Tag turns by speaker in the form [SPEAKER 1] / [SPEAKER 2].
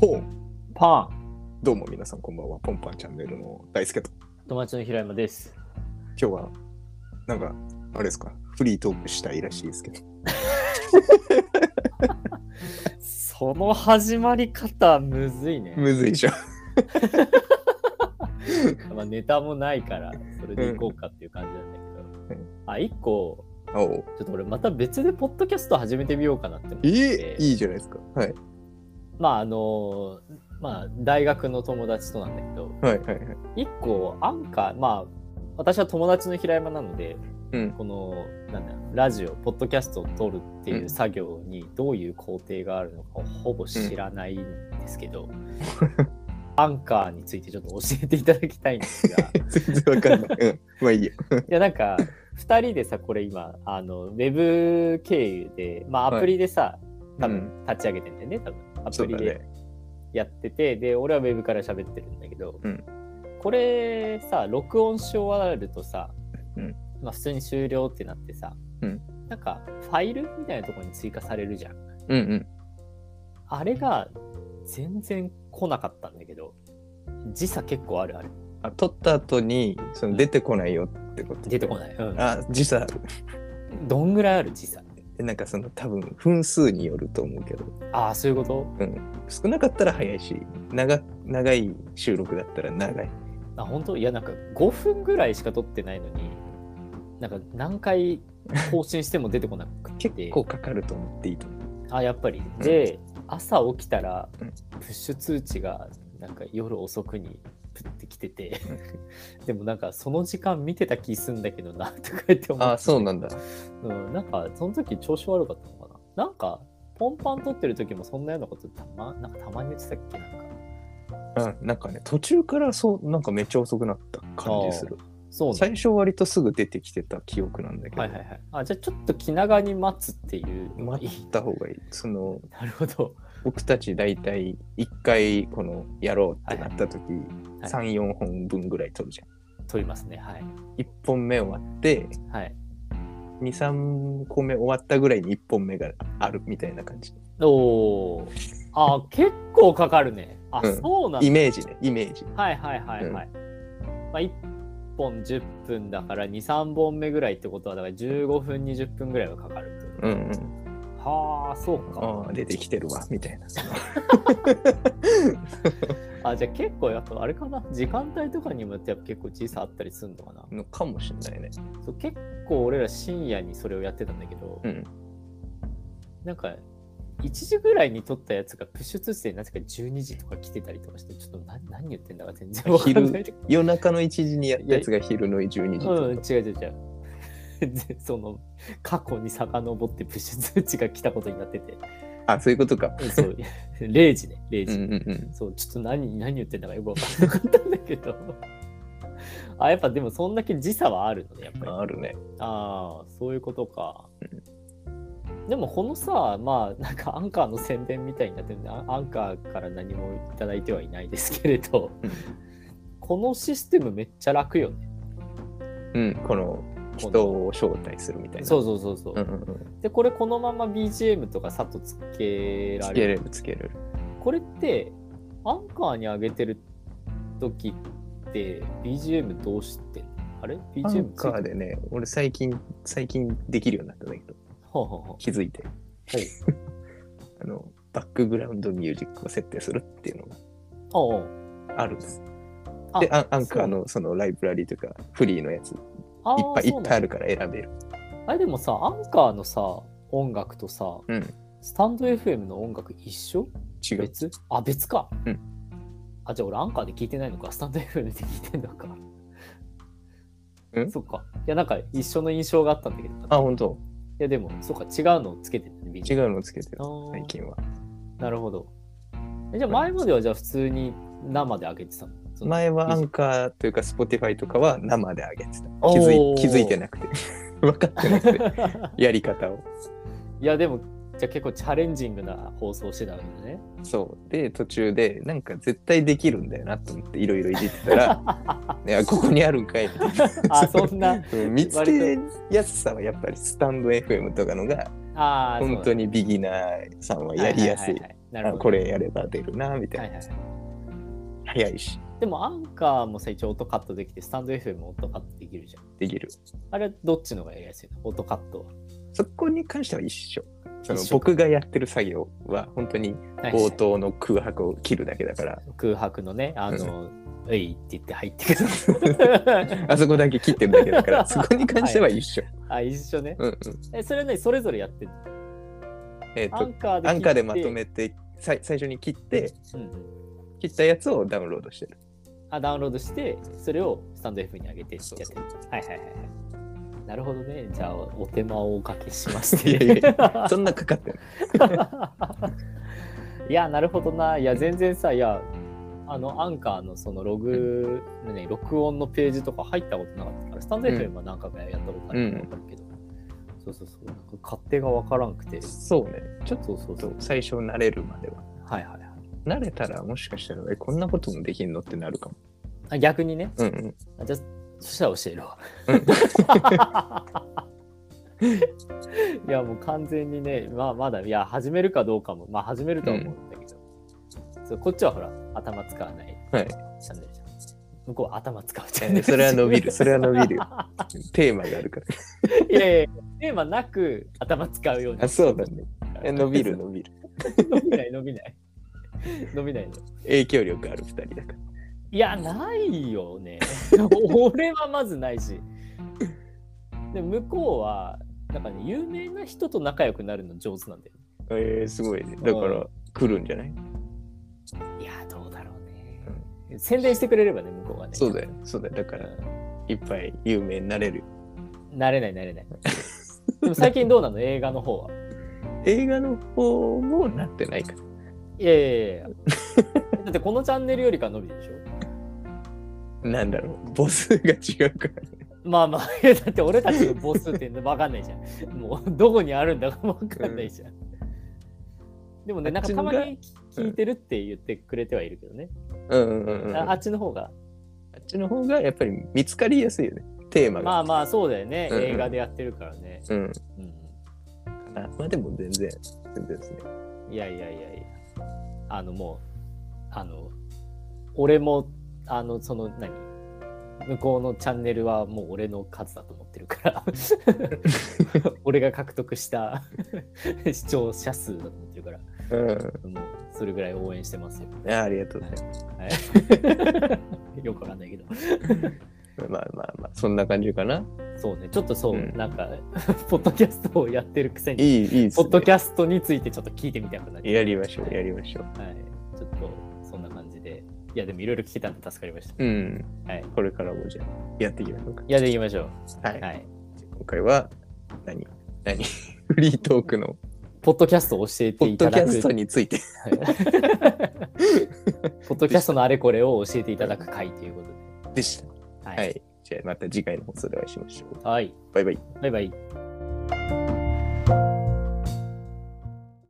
[SPEAKER 1] ほう
[SPEAKER 2] パン
[SPEAKER 1] どうも皆さんこんばんは、ポンパンチャンネルの大輔と。
[SPEAKER 2] 友達の平山です。
[SPEAKER 1] 今日は、なんか、あれですか、フリートークしたいらしいですけど。
[SPEAKER 2] その始まり方むずいね。
[SPEAKER 1] むずいじゃん。
[SPEAKER 2] まあ、ネタもないからそれでいこうかっていう感じなんだけど。あ一個
[SPEAKER 1] おう
[SPEAKER 2] ちょっと俺また別でポッドキャスト始めてみようかなって思っ
[SPEAKER 1] え
[SPEAKER 2] て。
[SPEAKER 1] いいじゃないですか。はい。
[SPEAKER 2] まああのまあ大学の友達となんだけど
[SPEAKER 1] はいはい はい。
[SPEAKER 2] 一個アンカーまあ私は友達の平山なので
[SPEAKER 1] うん。
[SPEAKER 2] このなんだろうラジオポッドキャストを撮るっていう作業にどういう工程があるのかをほぼ知らないんですけど、アンカーについてちょっと教えていただきたいんです がい
[SPEAKER 1] 全然わかん ない。うん。まあいいや。
[SPEAKER 2] やなんか2人でさこれ今あのウェブ経由で、まあ、アプリでさ、多分立ち上げてんだよね多分ア
[SPEAKER 1] そ
[SPEAKER 2] プ
[SPEAKER 1] うだ
[SPEAKER 2] リで
[SPEAKER 1] ね。
[SPEAKER 2] やってて、で俺はウェブから喋ってるんだけど、
[SPEAKER 1] うん
[SPEAKER 2] これさ録音し終わるとさ、
[SPEAKER 1] うん
[SPEAKER 2] まあ、普通に終了ってなってさ、
[SPEAKER 1] うん
[SPEAKER 2] なんかファイルみたいなところに追加されるじゃん
[SPEAKER 1] うんうん。
[SPEAKER 2] あれが全然来なかったんだけど時差結構あるあれ
[SPEAKER 1] あ、撮った後に、その出てこないよってこと。
[SPEAKER 2] 出てこ
[SPEAKER 1] い。
[SPEAKER 2] ない、うん
[SPEAKER 1] あ、時差、
[SPEAKER 2] どんぐらいある時差
[SPEAKER 1] なんかその多分分数によると思うけど、
[SPEAKER 2] ああそういうこと
[SPEAKER 1] 少なかったら早いし、長長い収録だったら長い。
[SPEAKER 2] あ本当いやなんか5分ぐらいしか撮ってないのになんか何回更新しても出てこなくて
[SPEAKER 1] 結構かかると思っていいと思う。
[SPEAKER 2] あやっぱりで、朝起きたら
[SPEAKER 1] うん
[SPEAKER 2] プッシュ通知がなんか夜遅くにプッてきてて でもなんかその時間見てた気すんだけどな とか言って思って
[SPEAKER 1] あ、そうなんだ。
[SPEAKER 2] うん、なんかその時調子悪かったのかななんかポンパン撮ってる時もそんなようなことたまなんかたまに言ってたっけなんか
[SPEAKER 1] うん、なんかね途中からそうなんかめっちゃ遅くなった感じする
[SPEAKER 2] そうね
[SPEAKER 1] 最初割とすぐ出てきてた記憶なんだけど、
[SPEAKER 2] はいはいはいあじゃあちょっと気長に待つっていうのがい
[SPEAKER 1] 待
[SPEAKER 2] い
[SPEAKER 1] った方がいいその
[SPEAKER 2] なるほど
[SPEAKER 1] 僕たち大体1回このやろうってなった時、
[SPEAKER 2] はい
[SPEAKER 1] 34本分ぐらい撮るじゃん、
[SPEAKER 2] 撮りますねはい
[SPEAKER 1] 1本目終わって
[SPEAKER 2] はい
[SPEAKER 1] 23個目終わったぐらいに1本目があるみたいな感じ
[SPEAKER 2] おおあ結構かかるねあ、
[SPEAKER 1] うん
[SPEAKER 2] そうなんだ
[SPEAKER 1] イメージねイメージ
[SPEAKER 2] はいはいはいはい。まあ、1本10分だから2、3本目ぐらいってことは、だから15分、20分ぐらいはかかるってこ
[SPEAKER 1] うんうん
[SPEAKER 2] と。はあ、そうか。
[SPEAKER 1] ああ出てきてるわみたいな
[SPEAKER 2] あ、じゃあ結構やっぱあれかな。時間帯とかにもよってやっぱ結構時差あったりするのかな。
[SPEAKER 1] のかもしんないね
[SPEAKER 2] そう結構俺ら深夜にそれをやってたんだけど、
[SPEAKER 1] うん
[SPEAKER 2] なんか、1時ぐらいに撮ったやつがプッシュ通知でなぜか12時とか来てたりとかして、ちょっと何何言ってんだか全然わかんない。
[SPEAKER 1] 夜中の1時にややつが昼の12時とか、
[SPEAKER 2] うん、違う違う違う。 でその過去に遡ってプッシュ通知が来たことになってて、
[SPEAKER 1] あそういうことか
[SPEAKER 2] そう 0時ね、0
[SPEAKER 1] う
[SPEAKER 2] 時、
[SPEAKER 1] んうんうん
[SPEAKER 2] そう、ちょっと何何言ってんだかよくわかんなかったんだけど。あ、やっぱでもそんだけ時差はあるのね、やっぱり。あ
[SPEAKER 1] あるね。
[SPEAKER 2] あー、そういうことか。でもこのさ、まあ、なんかアンカーの宣伝みたいになってるんで、アアンカーから何もいただいてはいないですけれど
[SPEAKER 1] うん、
[SPEAKER 2] このシステムめっちゃ楽よね。
[SPEAKER 1] うん、この人を招待するみたいな。
[SPEAKER 2] そうそうそうそう。
[SPEAKER 1] うんうんうん。
[SPEAKER 2] でこれこのまま BGM とかさっとつけら
[SPEAKER 1] つ
[SPEAKER 2] れる
[SPEAKER 1] けれるつけれる。
[SPEAKER 2] これってアンカーに上げてる時って BGM どうしてんのあれ
[SPEAKER 1] ア
[SPEAKER 2] ?BGM
[SPEAKER 1] ンカー
[SPEAKER 2] で。
[SPEAKER 1] でね、俺最近、最近できるようになったんだけど、
[SPEAKER 2] はあはあは
[SPEAKER 1] 気づいて。
[SPEAKER 2] はい。
[SPEAKER 1] あの、バックグラウンドミュージックを設定するっていうの
[SPEAKER 2] あおう
[SPEAKER 1] があるんです。
[SPEAKER 2] あ
[SPEAKER 1] で、アンアンカーのそのライブラリというか、フリーのやつ、いっ
[SPEAKER 2] あー
[SPEAKER 1] ぱいい
[SPEAKER 2] そう
[SPEAKER 1] っぱ
[SPEAKER 2] なん
[SPEAKER 1] い
[SPEAKER 2] だ
[SPEAKER 1] あるから選べる。
[SPEAKER 2] あれでもさアンカーのさ音楽とさ
[SPEAKER 1] うん。
[SPEAKER 2] スタンド FM の音楽一緒
[SPEAKER 1] 違う。
[SPEAKER 2] 別あ別か、
[SPEAKER 1] うん
[SPEAKER 2] あじゃあ俺アンカーで聞いてないのかスタンド FM で聞いてんのか
[SPEAKER 1] うん
[SPEAKER 2] そっかいやなんか一緒の印象があったんだけど
[SPEAKER 1] あ、本当
[SPEAKER 2] いやでも、そうか、違うのをつけてるね、
[SPEAKER 1] 違
[SPEAKER 2] BGM
[SPEAKER 1] うのをつけてる
[SPEAKER 2] あ、ー
[SPEAKER 1] 最近は。
[SPEAKER 2] なるほど。えじゃあ前まではじゃあ普通に生で上げてたのその
[SPEAKER 1] 前はアンカーというか、Spotify とかは生で上げてた。気づ
[SPEAKER 2] お
[SPEAKER 1] い
[SPEAKER 2] ー
[SPEAKER 1] 気づいてなくて。 分かってなくて、やり方を。
[SPEAKER 2] いやでも、じゃあ結構チャレンジングな放送してたわけだね。
[SPEAKER 1] そうで途中でなんか絶対できるんだよなと思っていろいろいじってた らいやここにあるんかいみたいな
[SPEAKER 2] あそんな
[SPEAKER 1] そう見つけやすさはやっぱりスタンド FM とかのが
[SPEAKER 2] ああ、
[SPEAKER 1] 本当
[SPEAKER 2] に
[SPEAKER 1] にビギナーさんはやりやすい
[SPEAKER 2] はいはいはいはいなる
[SPEAKER 1] あ
[SPEAKER 2] ほど。
[SPEAKER 1] これやれば出るなみた
[SPEAKER 2] はいい
[SPEAKER 1] な、
[SPEAKER 2] はい。
[SPEAKER 1] 早いし
[SPEAKER 2] でもアンカーも最一応音カットできて、スタンド FM も音カットできるじゃん。
[SPEAKER 1] できる
[SPEAKER 2] あれ、どっちの方がやりやすいの音カット
[SPEAKER 1] そこに関しては一緒その
[SPEAKER 2] 一緒
[SPEAKER 1] 僕がやってる作業は本当に
[SPEAKER 2] は。はいはい
[SPEAKER 1] 冒頭の空白を切るだけだから、
[SPEAKER 2] 空白のね、あの、ういって言って入って くる。
[SPEAKER 1] あそこだけ切ってるだけだ からそこに関しては一緒、
[SPEAKER 2] あ、一緒ね。
[SPEAKER 1] うんうん
[SPEAKER 2] え、それはね、それぞれやってる
[SPEAKER 1] えっ、
[SPEAKER 2] アン
[SPEAKER 1] と
[SPEAKER 2] カーで聞いて。
[SPEAKER 1] アンカーでまとめてさい最初に切って
[SPEAKER 2] うんうん。
[SPEAKER 1] 切ったやつをダウンロードしてる
[SPEAKER 2] あ、ダウンロードして、それをスタンド F に上げてやって
[SPEAKER 1] そう
[SPEAKER 2] る
[SPEAKER 1] そ。
[SPEAKER 2] はいはいはいはい。なるほどね。じゃあ、お手間をおかけしまし
[SPEAKER 1] いやい
[SPEAKER 2] て。
[SPEAKER 1] そんなかかってない
[SPEAKER 2] いや、なるほどな。いや、全然さ、いや、あの、アンカーのそのログ、ね、録音のページとか入ったことなかったから、スタンド
[SPEAKER 1] うん
[SPEAKER 2] FM は何回かやったことあるからわかるけど、そうそうそう、なんか勝手がわからんくて、そ
[SPEAKER 1] そうねちょっ
[SPEAKER 2] うそうそ
[SPEAKER 1] と
[SPEAKER 2] う、
[SPEAKER 1] 最初慣れるまでは
[SPEAKER 2] はいはいはい。
[SPEAKER 1] 慣れたらもしかしたらえこんなこともできんのってなるかも
[SPEAKER 2] あ逆にね、
[SPEAKER 1] うんうん
[SPEAKER 2] あじゃあ、そしたら教えるわ。 いや、もう完全にね、まあ、まだ、いや、始めるかどうかも、まあ、始めるとは思うんだけど、そうこっちはほら、頭使わない
[SPEAKER 1] はい
[SPEAKER 2] チャンネルじゃん。向こうは頭使うチャン
[SPEAKER 1] え
[SPEAKER 2] ネ ル。
[SPEAKER 1] それは伸びる それは伸びるよテーマがある から
[SPEAKER 2] いやいや、テーマなく頭使うように。
[SPEAKER 1] あ そうだねえ伸びる
[SPEAKER 2] の。
[SPEAKER 1] 伸びる
[SPEAKER 2] 伸びない、伸びない。伸びないの。
[SPEAKER 1] 影響力ある2人だから
[SPEAKER 2] いや、ないよ ね。俺はまずないし。で向こうは、なんかね、有名な人と仲良くなるの上手なんだよ。
[SPEAKER 1] えー、すごいねだか
[SPEAKER 2] う
[SPEAKER 1] ら来るんじゃない
[SPEAKER 2] いや、どうだろうね。宣伝してくれればね、向こうがね。
[SPEAKER 1] そうだよそうだよだからいっぱい有名になれるよ
[SPEAKER 2] うんなれない、なれない。でも最近どうなの映画の方は。
[SPEAKER 1] 映画の方もなってないから
[SPEAKER 2] いやいや いや。だってこのチャンネルよりかは伸びてるでしょ
[SPEAKER 1] なんだろう母数が違うから
[SPEAKER 2] まあまあ、えだって俺たちのボスって分かんないじゃん。もうどこにあるんだか分かんないじゃん。でもね、
[SPEAKER 1] あ
[SPEAKER 2] な
[SPEAKER 1] っ
[SPEAKER 2] んか
[SPEAKER 1] ち
[SPEAKER 2] た
[SPEAKER 1] の
[SPEAKER 2] ま
[SPEAKER 1] が
[SPEAKER 2] に聞いてるって言ってくれてはいるけどね。
[SPEAKER 1] うんうんうんうん
[SPEAKER 2] ああ
[SPEAKER 1] あ
[SPEAKER 2] っちの方が。
[SPEAKER 1] っちの方がやっぱり見つかりやすいよねテーマが、
[SPEAKER 2] まあまあ、そうだよね。
[SPEAKER 1] うんうん
[SPEAKER 2] 映画でやってるからね。
[SPEAKER 1] うん
[SPEAKER 2] うん
[SPEAKER 1] あまあでも全然全然ですね
[SPEAKER 2] いやいやいやいや。あのもう、あの、俺も、あの、その何向こうのチャンネルはもう俺の数だと思って るから。俺が獲得した 視聴者数だと思ってるから。
[SPEAKER 1] うん
[SPEAKER 2] もうそれぐらい応援してますよ。
[SPEAKER 1] あありがとうございます
[SPEAKER 2] はい、よくわかんないけど。
[SPEAKER 1] まあまあまあそんな感じかな
[SPEAKER 2] そうね、ちょっとそう、
[SPEAKER 1] うん
[SPEAKER 2] なんか、ポッドキャストをやってるくせ
[SPEAKER 1] い
[SPEAKER 2] に、
[SPEAKER 1] いいいです
[SPEAKER 2] ポ
[SPEAKER 1] ね
[SPEAKER 2] ッドキャストについてちょっと聞いてみたくなっちゃ
[SPEAKER 1] やりましょうやりましょう
[SPEAKER 2] うはい、ちょっとそんな感じで。いや、でもいろいろ聞けたんで助かりまし
[SPEAKER 1] うん
[SPEAKER 2] た。はい。
[SPEAKER 1] これからもじゃあやっていきましょうか
[SPEAKER 2] いや、でいきましょ
[SPEAKER 1] は
[SPEAKER 2] う。
[SPEAKER 1] い、
[SPEAKER 2] はい。
[SPEAKER 1] 今回は何何 フリートークの
[SPEAKER 2] ポッドキャストを教え
[SPEAKER 1] ポ
[SPEAKER 2] て
[SPEAKER 1] ッ
[SPEAKER 2] い
[SPEAKER 1] ド
[SPEAKER 2] た
[SPEAKER 1] キ
[SPEAKER 2] だ
[SPEAKER 1] ャ
[SPEAKER 2] く。
[SPEAKER 1] ストについて
[SPEAKER 2] はいポッドキャストのあれこれを教えていただく回ということで。
[SPEAKER 1] でした
[SPEAKER 2] は
[SPEAKER 1] はい。じゃあまた次回の放送でお会いしましょう
[SPEAKER 2] はい。
[SPEAKER 1] バイバイ
[SPEAKER 2] バイバイ。
[SPEAKER 1] 「